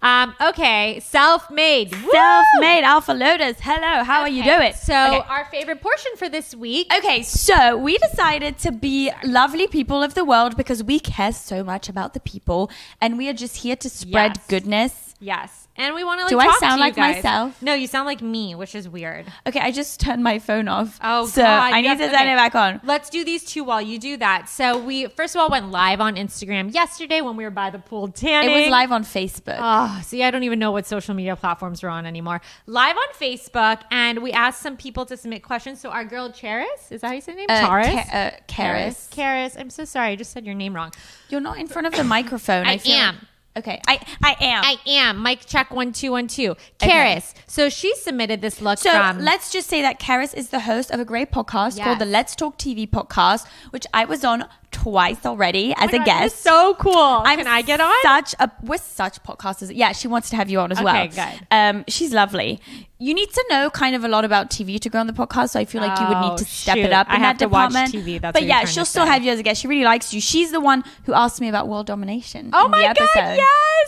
[SPEAKER 2] Um, okay. Self made.
[SPEAKER 1] Self made alpha loaders. Hello, how are Oh, you doing?
[SPEAKER 2] So,
[SPEAKER 1] okay.
[SPEAKER 2] our favorite portion for this week.
[SPEAKER 1] Okay, so we decided to be lovely people of the world because we care so much about the people and we are just here to spread
[SPEAKER 2] Yes.
[SPEAKER 1] goodness.
[SPEAKER 2] Yes. And we want to like
[SPEAKER 1] Do I
[SPEAKER 2] talk to
[SPEAKER 1] sound
[SPEAKER 2] you
[SPEAKER 1] like
[SPEAKER 2] guys.
[SPEAKER 1] myself?
[SPEAKER 2] No, you sound like me, which is weird.
[SPEAKER 1] Okay, I just turned my phone off.
[SPEAKER 2] Oh,
[SPEAKER 1] so
[SPEAKER 2] God,
[SPEAKER 1] I need
[SPEAKER 2] yes,
[SPEAKER 1] to turn
[SPEAKER 2] okay.
[SPEAKER 1] it back on.
[SPEAKER 2] Let's do these two while you do that. So we first of all went live on Instagram yesterday when we were by the pool
[SPEAKER 1] It
[SPEAKER 2] tanning.
[SPEAKER 1] was live on Facebook.
[SPEAKER 2] Oh, see, I don't even know what social media platforms we're on anymore. Live on Facebook, and we asked some people to submit questions. So our girl Charis, is that how you say her name?
[SPEAKER 1] Uh,
[SPEAKER 2] Charis?
[SPEAKER 1] Ca- uh, Karis.
[SPEAKER 2] Charis. I'm so sorry. I just said your name wrong.
[SPEAKER 1] You're not in front of the microphone.
[SPEAKER 2] I
[SPEAKER 1] I, feel
[SPEAKER 2] am.
[SPEAKER 1] like- okay, I, I am.
[SPEAKER 2] I am. Mike check one two one two. Charis. So she submitted this look
[SPEAKER 1] so
[SPEAKER 2] from
[SPEAKER 1] let's just say that Karis is the host of a great podcast
[SPEAKER 2] Yes.
[SPEAKER 1] called the Let's Talk TV podcast, which I was on twice already as a
[SPEAKER 2] Oh God,
[SPEAKER 1] guest.
[SPEAKER 2] this is So cool.
[SPEAKER 1] I'm
[SPEAKER 2] Can I get on?
[SPEAKER 1] Such a we're such podcasters. Yeah, she wants to have you on as well.
[SPEAKER 2] Okay, good.
[SPEAKER 1] Um, she's lovely. You need to know kind of a lot about TV to go on the podcast, so I feel like you would
[SPEAKER 2] Oh,
[SPEAKER 1] need to step
[SPEAKER 2] shoot.
[SPEAKER 1] it up in
[SPEAKER 2] I have
[SPEAKER 1] that
[SPEAKER 2] to watch
[SPEAKER 1] department.
[SPEAKER 2] TV, that's what
[SPEAKER 1] but
[SPEAKER 2] you're
[SPEAKER 1] yeah,
[SPEAKER 2] trying
[SPEAKER 1] she'll
[SPEAKER 2] to
[SPEAKER 1] still
[SPEAKER 2] say.
[SPEAKER 1] have you as a guest. She really likes you. She's the one who asked me about world domination.
[SPEAKER 2] oh
[SPEAKER 1] in the
[SPEAKER 2] my god,
[SPEAKER 1] episode.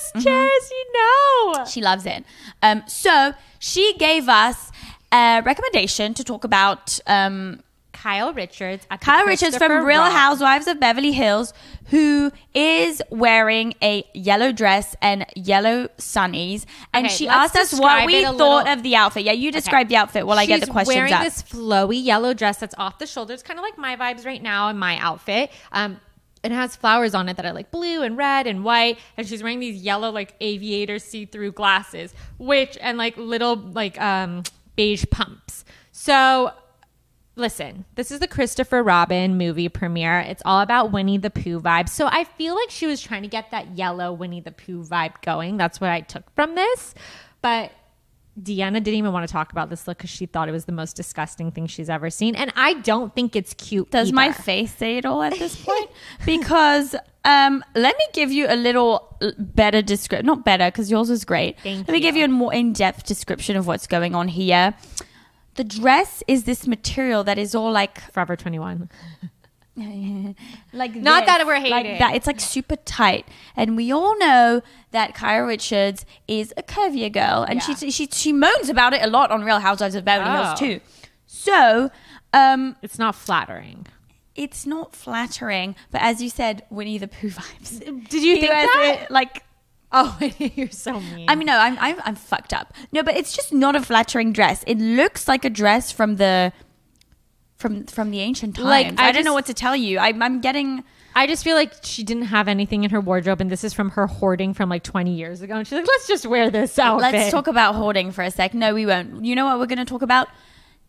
[SPEAKER 2] yes, Charis, you know.
[SPEAKER 1] She loves it. Um, so she gave us a recommendation to talk about um,
[SPEAKER 2] Kyle Richards. at the
[SPEAKER 1] Kyle Richards
[SPEAKER 2] Christopher
[SPEAKER 1] from Real
[SPEAKER 2] Rock.
[SPEAKER 1] Housewives of Beverly Hills, who is wearing a yellow dress and yellow sunnies. And
[SPEAKER 2] Okay,
[SPEAKER 1] she
[SPEAKER 2] let's
[SPEAKER 1] asked us what
[SPEAKER 2] describe
[SPEAKER 1] we
[SPEAKER 2] it a
[SPEAKER 1] thought
[SPEAKER 2] little-
[SPEAKER 1] of the outfit. Yeah, you describe the outfit while I get
[SPEAKER 2] She's
[SPEAKER 1] the questions
[SPEAKER 2] wearing
[SPEAKER 1] up.
[SPEAKER 2] this flowy yellow dress that's off the shoulders, kind of like my vibes right now in my outfit. Um, it has flowers on it that are like blue and red and white, and she's wearing these yellow like aviator see-through glasses, which and like little like um beige pumps. So Listen, this is the Christopher Robin movie premiere. It's all about Winnie the Pooh vibe. So I feel like she was trying to get that yellow Winnie the Pooh vibe going. That's what I took from this. But Deanna didn't even want to talk about this look because she thought it was the most disgusting thing she's ever seen. And I don't think it's cute.
[SPEAKER 1] Does my
[SPEAKER 2] either.
[SPEAKER 1] face say it all at <laughs> this point? because um, let me give you a little l- better description. Not better, because yours was great.
[SPEAKER 2] Thank
[SPEAKER 1] let me
[SPEAKER 2] you.
[SPEAKER 1] give you a more in depth description of what's going on here. The dress is this material that is all like
[SPEAKER 2] Forever 21.
[SPEAKER 1] like
[SPEAKER 2] Not
[SPEAKER 1] this,
[SPEAKER 2] that we're hating.
[SPEAKER 1] like that it's like super tight and we all know that Kyra Richards is a curvier girl and
[SPEAKER 2] Yeah.
[SPEAKER 1] she, she she moans about it a lot on Real Housewives of Beverly
[SPEAKER 2] Oh.
[SPEAKER 1] Hills too so um
[SPEAKER 2] It's not flattering.
[SPEAKER 1] it's not flattering but as you said Winnie the Pooh <laughs> vibes
[SPEAKER 2] Did you think
[SPEAKER 1] US,
[SPEAKER 2] that?
[SPEAKER 1] it, like
[SPEAKER 2] <laughs> Oh, you're so mean.
[SPEAKER 1] I mean, no, I'm, I'm I'm fucked up. No, but it's just not a flattering dress. It looks like a dress from the from from the ancient times.
[SPEAKER 2] Like,
[SPEAKER 1] I,
[SPEAKER 2] I
[SPEAKER 1] don't know
[SPEAKER 2] just-
[SPEAKER 1] what to tell you. I'm I'm getting
[SPEAKER 2] I just feel like she didn't have anything in her wardrobe, and this is from her hoarding from like 20 years ago. And she's like, let's just wear this outfit.
[SPEAKER 1] Let's talk about hoarding for a sec. No, we won't. You know what we're going to talk about?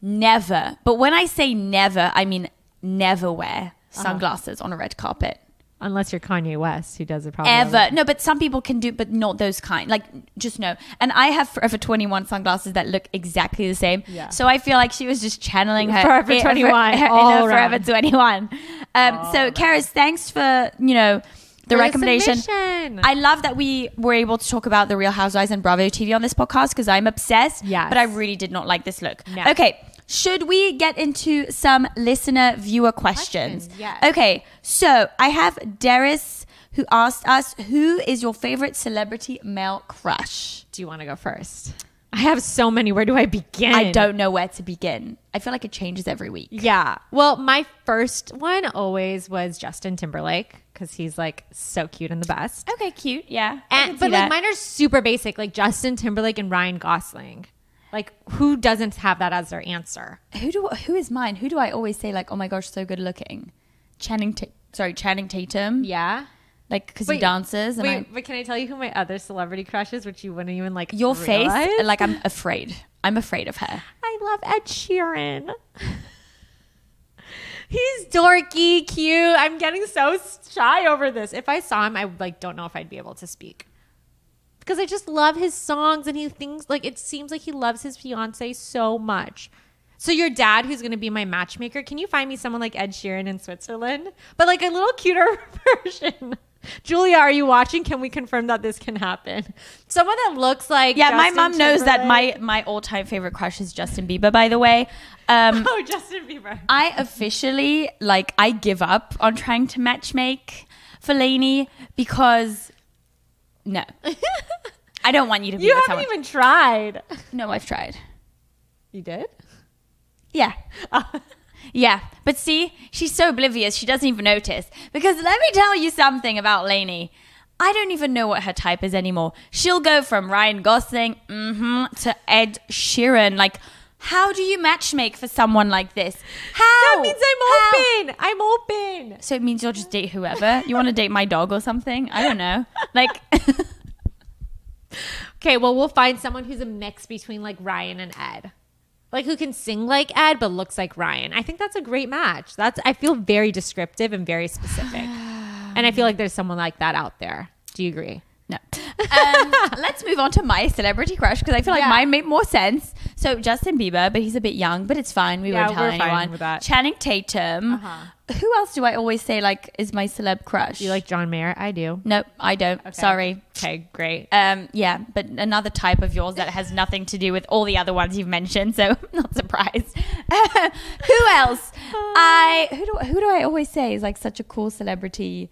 [SPEAKER 1] Never. But when I say never, I mean never wear
[SPEAKER 2] Uh-huh.
[SPEAKER 1] sunglasses on a red carpet.
[SPEAKER 2] Unless you're Kanye West, who does it probably
[SPEAKER 1] Ever. No, but some people can do, but not those kind. Like, just no. And I have Forever 21 sunglasses that look exactly the same.
[SPEAKER 2] Yeah.
[SPEAKER 1] So I feel like she was just channeling her
[SPEAKER 2] Forever
[SPEAKER 1] eh, her-
[SPEAKER 2] 21
[SPEAKER 1] her inner
[SPEAKER 2] all
[SPEAKER 1] Forever
[SPEAKER 2] around.
[SPEAKER 1] 21. Um, so, Karis, thanks for, you know, the
[SPEAKER 2] For the
[SPEAKER 1] recommendation.
[SPEAKER 2] submission.
[SPEAKER 1] I love that we were able to talk about the Real Housewives and Bravo TV on this podcast because I'm obsessed.
[SPEAKER 2] Yes.
[SPEAKER 1] But I really did not like this look.
[SPEAKER 2] No.
[SPEAKER 1] Okay. should we get into some listener viewer questions?
[SPEAKER 2] Questions, yes.
[SPEAKER 1] Okay, so I have Darius who asked us, who is your favorite celebrity male crush?
[SPEAKER 2] Do you want to go first? I have so many. Where do I begin?
[SPEAKER 1] I don't know where to begin. I feel like it changes every week.
[SPEAKER 2] Yeah. Well, my first one always was Justin Timberlake because he's like so cute and the best.
[SPEAKER 1] Okay, cute. Yeah. I can
[SPEAKER 2] And,
[SPEAKER 1] see
[SPEAKER 2] but like
[SPEAKER 1] that.
[SPEAKER 2] mine are super basic, like Justin Timberlake and Ryan Gosling. Like who doesn't have that as their answer?
[SPEAKER 1] who do who is mine? Who do I always say like, oh my gosh, so good looking? Channing, Ta- sorry, Channing Tatum.
[SPEAKER 2] Yeah.
[SPEAKER 1] like because he
[SPEAKER 2] Wait,
[SPEAKER 1] dances and
[SPEAKER 2] Wait,
[SPEAKER 1] I,
[SPEAKER 2] but can I tell you who my other celebrity crush is, which you wouldn't even like?
[SPEAKER 1] your face,
[SPEAKER 2] realize?
[SPEAKER 1] like I'm afraid. I'm afraid of her.
[SPEAKER 2] I love Ed Sheeran. He's dorky, cute. I'm getting so shy over this. If I saw him, I like don't know if I'd be able to speak. Because I just love his songs and he thinks like it seems like he loves his fiance so much. So your dad who's going to be my matchmaker, can you find me someone like Ed Sheeran in Switzerland? But like a little cuter <laughs> version. Julia, are you watching? Can we confirm that this can happen? Someone that looks like
[SPEAKER 1] Yeah,
[SPEAKER 2] Justin
[SPEAKER 1] my mom knows that
[SPEAKER 2] Timberlake-
[SPEAKER 1] my my all time favorite crush is Justin Bieber. By the way, <laughs> um,
[SPEAKER 2] Oh, Justin Bieber.
[SPEAKER 1] I officially like I give up on trying to matchmake Fellaini because <laughs> no, I don't want you to be
[SPEAKER 2] You
[SPEAKER 1] with
[SPEAKER 2] haven't
[SPEAKER 1] someone.
[SPEAKER 2] even tried.
[SPEAKER 1] no, I've tried.
[SPEAKER 2] You did?
[SPEAKER 1] Yeah. <laughs> Uh, Yeah, but see, she's so oblivious, she doesn't even notice. Because let me tell you something about Lainey. I don't even know what her type is anymore. She'll go from Ryan Gosling hmm to Ed Sheeran. Like, how do you matchmake for someone like this? How?
[SPEAKER 2] That means
[SPEAKER 1] How?
[SPEAKER 2] I'm open. I'm open.
[SPEAKER 1] So it means you'll just date whoever? You want to date my dog or something? I don't know. Like,
[SPEAKER 2] Okay, well, we'll find someone who's a mix between like Ryan and Ed. Like who can sing like Ed but looks like Ryan. I think that's a great match. That's I feel very descriptive and very specific. and I feel like there's someone like that out there. Do you agree?
[SPEAKER 1] no.
[SPEAKER 2] <laughs>
[SPEAKER 1] Um, let's move on to my celebrity crush because I feel like
[SPEAKER 2] Yeah.
[SPEAKER 1] mine made more sense. So Justin Bieber, but he's a bit young, but it's fine. We
[SPEAKER 2] Yeah,
[SPEAKER 1] won't tell
[SPEAKER 2] we're fine
[SPEAKER 1] anyone.
[SPEAKER 2] with that. Uh-huh.
[SPEAKER 1] Channing Tatum. Who else do I always say like is my celeb crush?
[SPEAKER 2] You like John Mayer? I do.
[SPEAKER 1] No, I don't. Sorry.
[SPEAKER 2] Okay, great.
[SPEAKER 1] Um, yeah, but another type of yours that has nothing to do with all the other ones you've mentioned, so <laughs> I'm not surprised. who else?
[SPEAKER 2] Uh.
[SPEAKER 1] I who do who do I always say is like such a cool celebrity?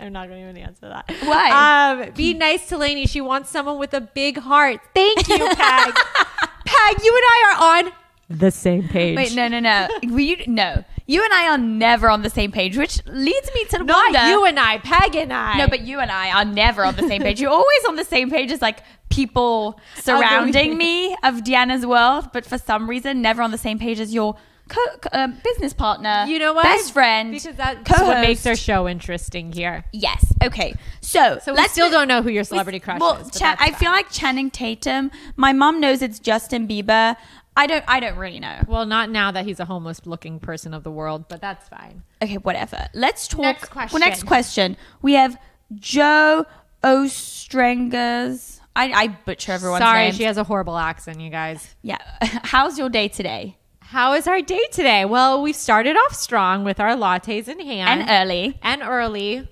[SPEAKER 2] I'm not going to even answer that.
[SPEAKER 1] Why?
[SPEAKER 2] Um, be nice to Lainey. She wants someone with a big heart. Thank
[SPEAKER 1] <laughs>
[SPEAKER 2] you, Peg. Peg, you and I are on the same page.
[SPEAKER 1] Wait, no, no, no. we no. You and I are never on the same page, which leads me to
[SPEAKER 2] Not
[SPEAKER 1] wonder.
[SPEAKER 2] you and I, Peg and I.
[SPEAKER 1] no, but you and I are never on the same page. You're always on the same page as like people surrounding me of Deanna's world, but for some reason, never on the same page as your co- co- um, business partner.
[SPEAKER 2] you know what?
[SPEAKER 1] Best friend.
[SPEAKER 2] Because that's
[SPEAKER 1] co-host.
[SPEAKER 2] what makes our show interesting here.
[SPEAKER 1] Yes. Okay. So,
[SPEAKER 2] So we
[SPEAKER 1] let's
[SPEAKER 2] still
[SPEAKER 1] mo-
[SPEAKER 2] don't know who your celebrity crush
[SPEAKER 1] well,
[SPEAKER 2] is. but
[SPEAKER 1] Chan-
[SPEAKER 2] that's
[SPEAKER 1] I
[SPEAKER 2] fine.
[SPEAKER 1] feel like Channing Tatum. My mom knows it's Justin Bieber. I don't. I don't really know.
[SPEAKER 2] Well, not now that he's a homeless-looking person of the world, but that's fine.
[SPEAKER 1] Okay, whatever. Let's talk.
[SPEAKER 2] Next
[SPEAKER 1] Well, next
[SPEAKER 2] question.
[SPEAKER 1] question. We have Joe Ostrangers. I, I butcher everyone's
[SPEAKER 2] Sorry,
[SPEAKER 1] names.
[SPEAKER 2] she has a horrible accent, you guys.
[SPEAKER 1] yeah. <laughs> How's your day today?
[SPEAKER 2] How is our day today? Well, we started off strong with our lattes in hand
[SPEAKER 1] And early.
[SPEAKER 2] and early.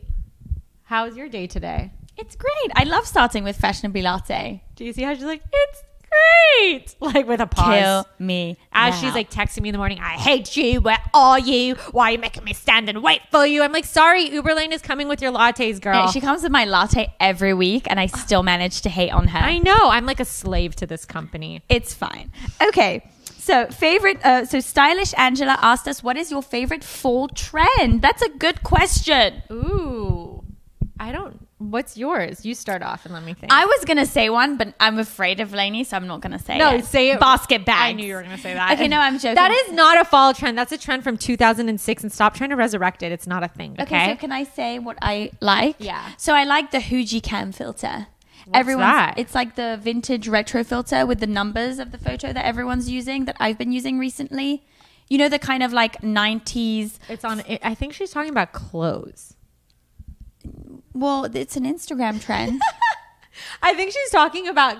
[SPEAKER 2] How's your day today?
[SPEAKER 1] It's great. I love starting with fashionably latte.
[SPEAKER 2] Do you see how she's like, it's great? <laughs> Like with a pause.
[SPEAKER 1] Kill me.
[SPEAKER 2] As
[SPEAKER 1] now.
[SPEAKER 2] she's like texting me in the morning, I hate you. Where are you? Why are you making me stand and wait for you? I'm like, sorry, Uber Lane is coming with your lattes, girl.
[SPEAKER 1] Yeah, she comes with my latte every week, and I still manage to hate on her.
[SPEAKER 2] I know. I'm like a slave to this company.
[SPEAKER 1] It's fine. Okay. So favorite. Uh, so stylish Angela asked us, "What is your favorite fall trend?" That's a good question.
[SPEAKER 2] Ooh. I don't. What's yours? You start off and let me think.
[SPEAKER 1] I was gonna say one, but I'm afraid of Lainey, so I'm not gonna say
[SPEAKER 2] no,
[SPEAKER 1] it.
[SPEAKER 2] say it.
[SPEAKER 1] Basket bags.
[SPEAKER 2] I knew you were going to say that.
[SPEAKER 1] Okay, no, I'm joking.
[SPEAKER 2] That is not a fall trend. That's a trend from 2006, and stop trying to resurrect it. It's not a thing. Okay.
[SPEAKER 1] Okay, so can I say what I like?
[SPEAKER 2] Yeah.
[SPEAKER 1] So I like the Hooji Cam filter. everyone's
[SPEAKER 2] that?
[SPEAKER 1] it's like the vintage retro filter with the numbers of the photo that everyone's using that I've been using recently. You know the kind of like 90s.
[SPEAKER 2] it's on. I think she's talking about clothes.
[SPEAKER 1] Well, it's an Instagram trend.
[SPEAKER 2] I think she's talking about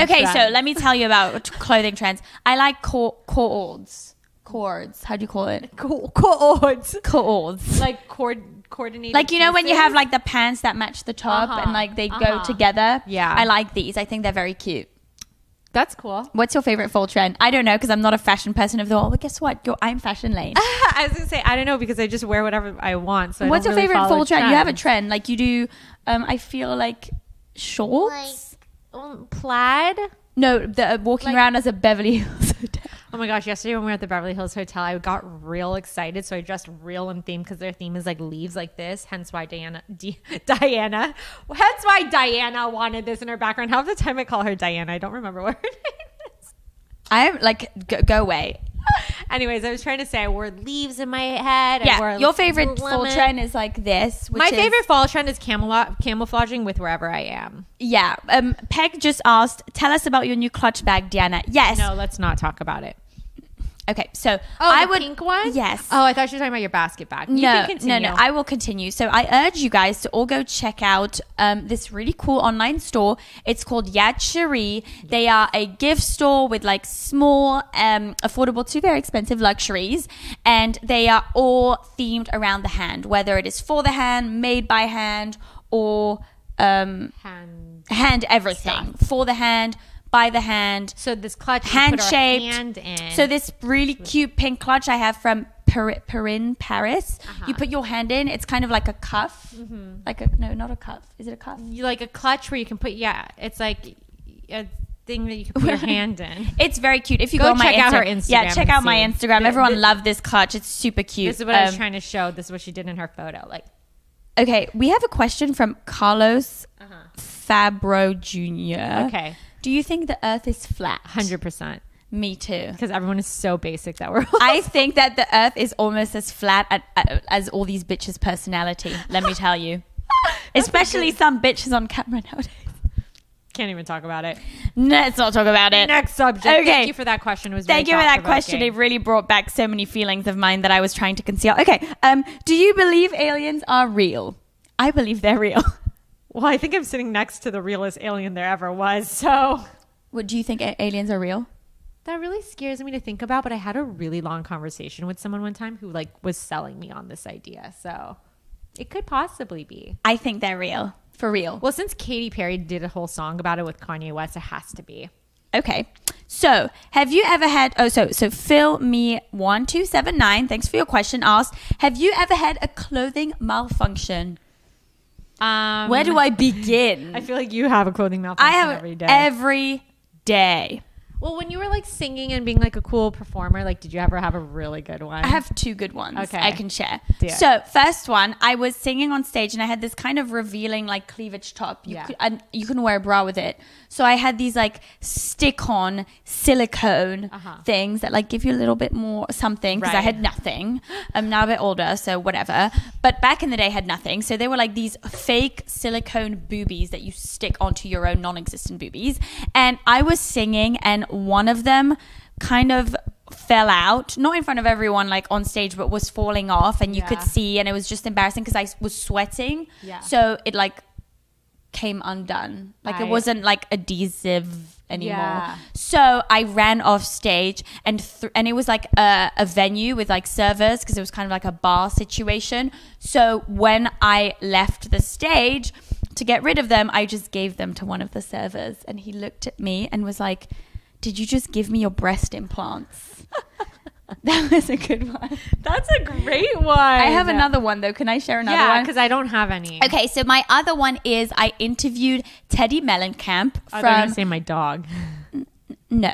[SPEAKER 1] <laughs> okay, so
[SPEAKER 2] trends.
[SPEAKER 1] let me tell you about t- clothing trends. I like cor- cords. Cords. How do you call it?
[SPEAKER 2] Co- cords.
[SPEAKER 1] Cords.
[SPEAKER 2] Like cord coordinated.
[SPEAKER 1] Like you know when you
[SPEAKER 2] pieces?
[SPEAKER 1] have like the pants that match the top
[SPEAKER 2] Uh-huh,
[SPEAKER 1] and like they go
[SPEAKER 2] uh-huh.
[SPEAKER 1] together.
[SPEAKER 2] Yeah.
[SPEAKER 1] I like these. I think they're very cute.
[SPEAKER 2] That's cool.
[SPEAKER 1] What's your favorite fall trend? I don't know because I'm not a fashion person of the all. But guess what? Yo, I'm fashion lane.
[SPEAKER 2] I was gonna say I don't know because I just wear whatever I want. So I
[SPEAKER 1] What's your
[SPEAKER 2] don't really
[SPEAKER 1] favorite
[SPEAKER 2] follow
[SPEAKER 1] fall trend? You have a
[SPEAKER 2] trends.
[SPEAKER 1] trend like you do. Um, I feel like shorts.
[SPEAKER 2] Um, plaid.
[SPEAKER 1] no, the uh, walking
[SPEAKER 2] like-
[SPEAKER 1] around as a Beverly Hills hotel.
[SPEAKER 2] Oh my gosh! Yesterday when we were at the Beverly Hills Hotel, I got real excited, so I dressed real in theme because their theme is like leaves, like this. Hence why Diana, D- <laughs> Diana, hence why Diana wanted this in her background. Half the time I call her Diana, I don't remember what her <laughs> name is.
[SPEAKER 1] I'm like go, go away.
[SPEAKER 2] Anyways, I was trying to say I wore leaves in my head. I wore
[SPEAKER 1] Yeah, your favorite fall
[SPEAKER 2] lemon.
[SPEAKER 1] trend is like this. Which
[SPEAKER 2] My
[SPEAKER 1] is-
[SPEAKER 2] favorite fall trend is camela- camouflaging with wherever I am.
[SPEAKER 1] Yeah. Um, Peg just asked, tell us about your new clutch bag, Diana. Yes.
[SPEAKER 2] No, let's not talk about it.
[SPEAKER 1] Okay. So
[SPEAKER 2] Oh,
[SPEAKER 1] I
[SPEAKER 2] the
[SPEAKER 1] would
[SPEAKER 2] pink one.
[SPEAKER 1] Yes.
[SPEAKER 2] Oh, I thought you were talking about your basket bag. You
[SPEAKER 1] no,
[SPEAKER 2] can continue.
[SPEAKER 1] no, no. I will continue. So I urge you guys to all go check out um, this really cool online store. It's called Yad Cherie. They are a gift store with like small, um, affordable to very expensive luxuries, and they are all themed around the hand, whether it is for the hand, made by hand, or um,
[SPEAKER 2] Hand.
[SPEAKER 1] hand everything for the hand, by the hand,
[SPEAKER 2] So this clutch we put our
[SPEAKER 1] hand shaped.
[SPEAKER 2] hand in.
[SPEAKER 1] So this really cute pink clutch I have from Par- Perrin Paris.
[SPEAKER 2] Uh-huh.
[SPEAKER 1] You put your hand in. It's kind of like a cuff,
[SPEAKER 2] Mm-hmm.
[SPEAKER 1] like a no, not a cuff. Is it a cuff?
[SPEAKER 2] You- like a clutch where you can put yeah, it's like a thing that you can put <laughs> your hand in.
[SPEAKER 1] It's very cute. If you
[SPEAKER 2] Go
[SPEAKER 1] go, on my
[SPEAKER 2] check out her
[SPEAKER 1] Insta- yeah,
[SPEAKER 2] Instagram
[SPEAKER 1] check
[SPEAKER 2] and
[SPEAKER 1] out my
[SPEAKER 2] see.
[SPEAKER 1] Instagram.
[SPEAKER 2] Th-
[SPEAKER 1] Everyone
[SPEAKER 2] th-
[SPEAKER 1] loved this clutch. It's super cute.
[SPEAKER 2] This is what I was
[SPEAKER 1] Um,
[SPEAKER 2] trying to show. This is what she did in her photo. Like
[SPEAKER 1] Okay, we have a question from Carlos Fabro Jr.
[SPEAKER 2] Uh-huh. Okay.
[SPEAKER 1] do you think the Earth is flat?
[SPEAKER 2] hundred percent.
[SPEAKER 1] Me too.
[SPEAKER 2] Because everyone is so basic that we're <laughs>
[SPEAKER 1] I think that the Earth is almost as flat at, uh, as all these bitches' personality. Let me tell <laughs> you, especially some bitches on camera nowadays.
[SPEAKER 2] can't even talk about it.
[SPEAKER 1] No, Let's not talk about it.
[SPEAKER 2] <laughs> Next subject.
[SPEAKER 1] Okay.
[SPEAKER 2] Thank you for that question. It was
[SPEAKER 1] Thank you
[SPEAKER 2] very
[SPEAKER 1] for that question. It
[SPEAKER 2] thought-provoking.
[SPEAKER 1] really brought back so many feelings of mine that I was trying to conceal. Okay, um, do you believe aliens are real? I believe they're real. <laughs>
[SPEAKER 2] Well, I think I'm sitting next to the realest alien there ever was. So
[SPEAKER 1] What do you think a- aliens are real?
[SPEAKER 2] that really scares me to think about. But I had a really long conversation with someone one time who like was selling me on this idea. So it could possibly be.
[SPEAKER 1] I think they're real, for real.
[SPEAKER 2] Well, since Katy Perry did a whole song about it with Kanye West, it has to be.
[SPEAKER 1] Okay. So, have you ever had? Oh, so so Phil me one two seven nine. Thanks for your question. Asked, have you ever had a clothing malfunction?
[SPEAKER 2] Um,
[SPEAKER 1] Where do I begin?
[SPEAKER 2] I feel like you have a clothing malfunction
[SPEAKER 1] I have
[SPEAKER 2] every day.
[SPEAKER 1] every day.
[SPEAKER 2] well, when you were like singing and being like a cool performer, like did you ever have a really good one?
[SPEAKER 1] I have two good ones
[SPEAKER 2] Okay.
[SPEAKER 1] I can share.
[SPEAKER 2] Do it.
[SPEAKER 1] So first one, I was singing on stage and I had this kind of revealing like cleavage top. You
[SPEAKER 2] Yeah.
[SPEAKER 1] could, and you can wear a bra with it. So I had these like stick-on silicone
[SPEAKER 2] Uh-huh.
[SPEAKER 1] things that like give you a little bit more something because I
[SPEAKER 2] Right.
[SPEAKER 1] had nothing. I'm now a bit older, so whatever. But back in the day, I had nothing. So they were like these fake silicone boobies that you stick onto your own non-existent boobies. And I was singing, and one of them kind of fell out, not in front of everyone, like on stage, but was falling off, and you could
[SPEAKER 2] Yeah.
[SPEAKER 1] see, and it was just embarrassing because I s- was sweating.
[SPEAKER 2] Yeah.
[SPEAKER 1] So it like came undone. Like it
[SPEAKER 2] Right.
[SPEAKER 1] wasn't like adhesive anymore.
[SPEAKER 2] Yeah.
[SPEAKER 1] So I ran off stage and th- and it was like a, a venue with like servers because it was kind of like a bar situation. So when I left the stage to get rid of them, I just gave them to one of the servers and he looked at me and was like, "Did you just give me your breast implants?" <laughs> that was a good one.
[SPEAKER 2] That's a great one.
[SPEAKER 1] I have another one though. Can I share another
[SPEAKER 2] Yeah,
[SPEAKER 1] one?
[SPEAKER 2] because I don't have any.
[SPEAKER 1] Okay, so my other one is I interviewed Teddy Mellencamp
[SPEAKER 2] I thought you were
[SPEAKER 1] from
[SPEAKER 2] gonna say my dog.
[SPEAKER 1] no.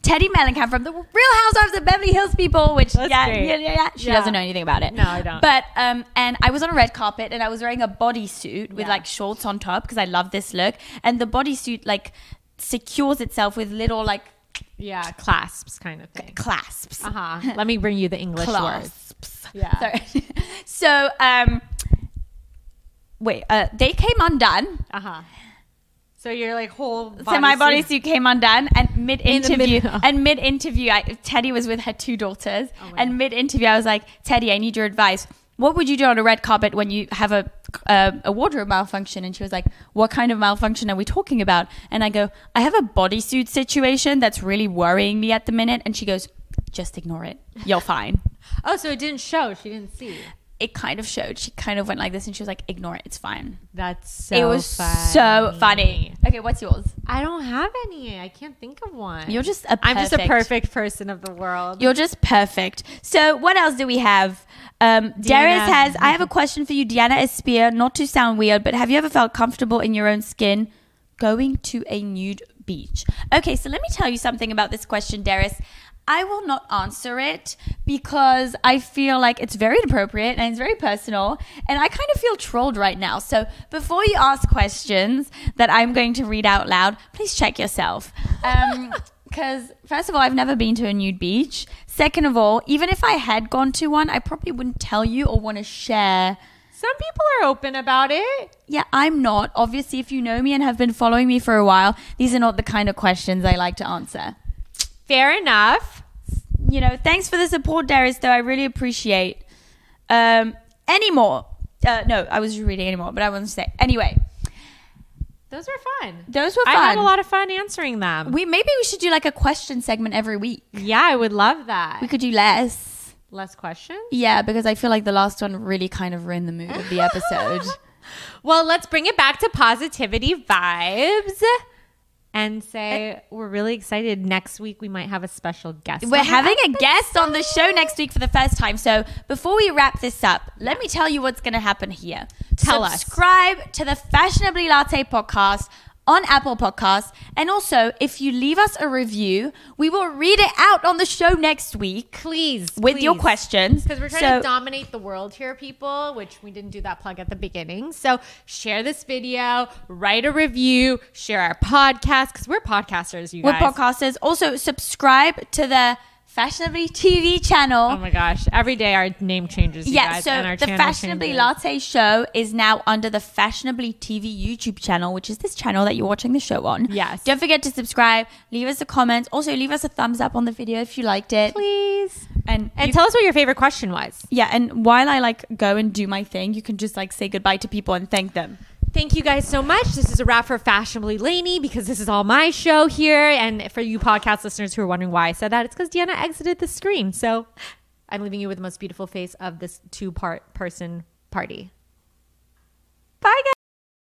[SPEAKER 1] Teddy Mellencamp from the Real Housewives of Beverly Hills people, which
[SPEAKER 2] That's
[SPEAKER 1] yeah,
[SPEAKER 2] great.
[SPEAKER 1] yeah, yeah, yeah, she
[SPEAKER 2] Yeah.
[SPEAKER 1] doesn't know anything about it.
[SPEAKER 2] No, I don't.
[SPEAKER 1] But um, and I was on a red carpet and I was wearing a bodysuit with
[SPEAKER 2] Yeah.
[SPEAKER 1] like shorts on top because I love this look, and the bodysuit like secures itself with little like
[SPEAKER 2] Yeah, clasps kind of thing.
[SPEAKER 1] clasps. <laughs>
[SPEAKER 2] Uh huh. Let me bring you the English words.
[SPEAKER 1] clasps.
[SPEAKER 2] Yeah.
[SPEAKER 1] Sorry. so <laughs> um, wait, uh, they came undone.
[SPEAKER 2] Uh huh. So your like whole body
[SPEAKER 1] so my bodysuit came undone and mid interview
[SPEAKER 2] middle. Oh,
[SPEAKER 1] and mid interview I Teddy was with her two daughters
[SPEAKER 2] my God.
[SPEAKER 1] and mid interview I was like Teddy I need your advice what would you do on a red carpet when you have a uh, a wardrobe malfunction and she was like what kind of malfunction are we talking about and I go I have a bodysuit situation that's really worrying me at the minute and she goes just ignore it you're fine
[SPEAKER 2] Oh, so it didn't show. She didn't see.
[SPEAKER 1] it kind of showed she kind of went like this and she was like ignore it it's fine
[SPEAKER 2] That's so.
[SPEAKER 1] it was so funny. Okay, what's yours?
[SPEAKER 2] I don't have any. I can't think of one.
[SPEAKER 1] You're just a
[SPEAKER 2] I'm just a
[SPEAKER 1] perfect-
[SPEAKER 2] perfect person of the world.
[SPEAKER 1] You're just perfect. So what else do we have? Um, Darius has. I have a question for you, Deanna Espia. Not to sound weird, but have you ever felt comfortable in your own skin going to a nude beach? Okay, so let me tell you something about this question, Darius. I will not answer it because I feel like it's very inappropriate and it's very personal, and I kind of feel trolled right now. So before you ask questions that I'm going to read out loud, please check yourself. Um, Because, first of all, I've never been to a nude beach. Second of all, even if I had gone to one, I probably wouldn't tell you or want to share.
[SPEAKER 2] Some people are open about it.
[SPEAKER 1] Yeah, I'm not. Obviously, if you know me and have been following me for a while, these are not the kind of questions I like to answer.
[SPEAKER 2] Fair enough.
[SPEAKER 1] You know, thanks for the support, Darius, though. I really appreciate. Um, any more? Uh, no, I was just reading anymore, but I wasn't say. Anyway,
[SPEAKER 2] Those were fun.
[SPEAKER 1] those were fun.
[SPEAKER 2] I had a lot of fun answering them.
[SPEAKER 1] we maybe we should do like a question segment every week.
[SPEAKER 2] yeah, I would love that.
[SPEAKER 1] We could do less.
[SPEAKER 2] Less questions?
[SPEAKER 1] Yeah, because I feel like the last one really kind of ruined the mood of the
[SPEAKER 2] <laughs>
[SPEAKER 1] episode.
[SPEAKER 2] Well, let's bring it back to positivity vibes and say we're really excited. Next week, we might have a special guest.
[SPEAKER 1] We're
[SPEAKER 2] on the
[SPEAKER 1] having a guest on the show next week for the first time. So before we wrap this up, let me tell you what's going to happen here.
[SPEAKER 2] Tell us.
[SPEAKER 1] Subscribe to the Fashionably Latte podcast on Apple Podcasts. And also, if you leave us a review, we will read it out on the show next week
[SPEAKER 2] Please.
[SPEAKER 1] with your
[SPEAKER 2] please.
[SPEAKER 1] questions.
[SPEAKER 2] Because we're trying
[SPEAKER 1] So-
[SPEAKER 2] to dominate the world here, people, which we didn't do that plug at the beginning. So share this video, write a review, share our podcast, because we're podcasters, you
[SPEAKER 1] We're
[SPEAKER 2] guys.
[SPEAKER 1] podcasters. Also, subscribe to the Fashionably TV channel.
[SPEAKER 2] oh my gosh. Every day our name changes. You
[SPEAKER 1] Yeah,
[SPEAKER 2] guys,
[SPEAKER 1] so
[SPEAKER 2] and our
[SPEAKER 1] the
[SPEAKER 2] channel
[SPEAKER 1] Fashionably
[SPEAKER 2] changes.
[SPEAKER 1] Latte show is now under the Fashionably TV YouTube channel, which is this channel that you're watching the show on.
[SPEAKER 2] Yes.
[SPEAKER 1] Don't forget to subscribe, leave us a comment, also leave us a thumbs up on the video if you liked it.
[SPEAKER 2] Please.
[SPEAKER 1] And,
[SPEAKER 2] And
[SPEAKER 1] you-
[SPEAKER 2] tell us what your favorite question was.
[SPEAKER 1] yeah, and while I like go and do my thing, you can just like say goodbye to people and thank them.
[SPEAKER 2] Thank you guys so much. This is a wrap for Fashionably Laney because this is all my show here. And for you podcast listeners who are wondering why I said that, it's because Deanna exited the screen. So I'm leaving you with the most beautiful face of this two part person party. Bye, guys.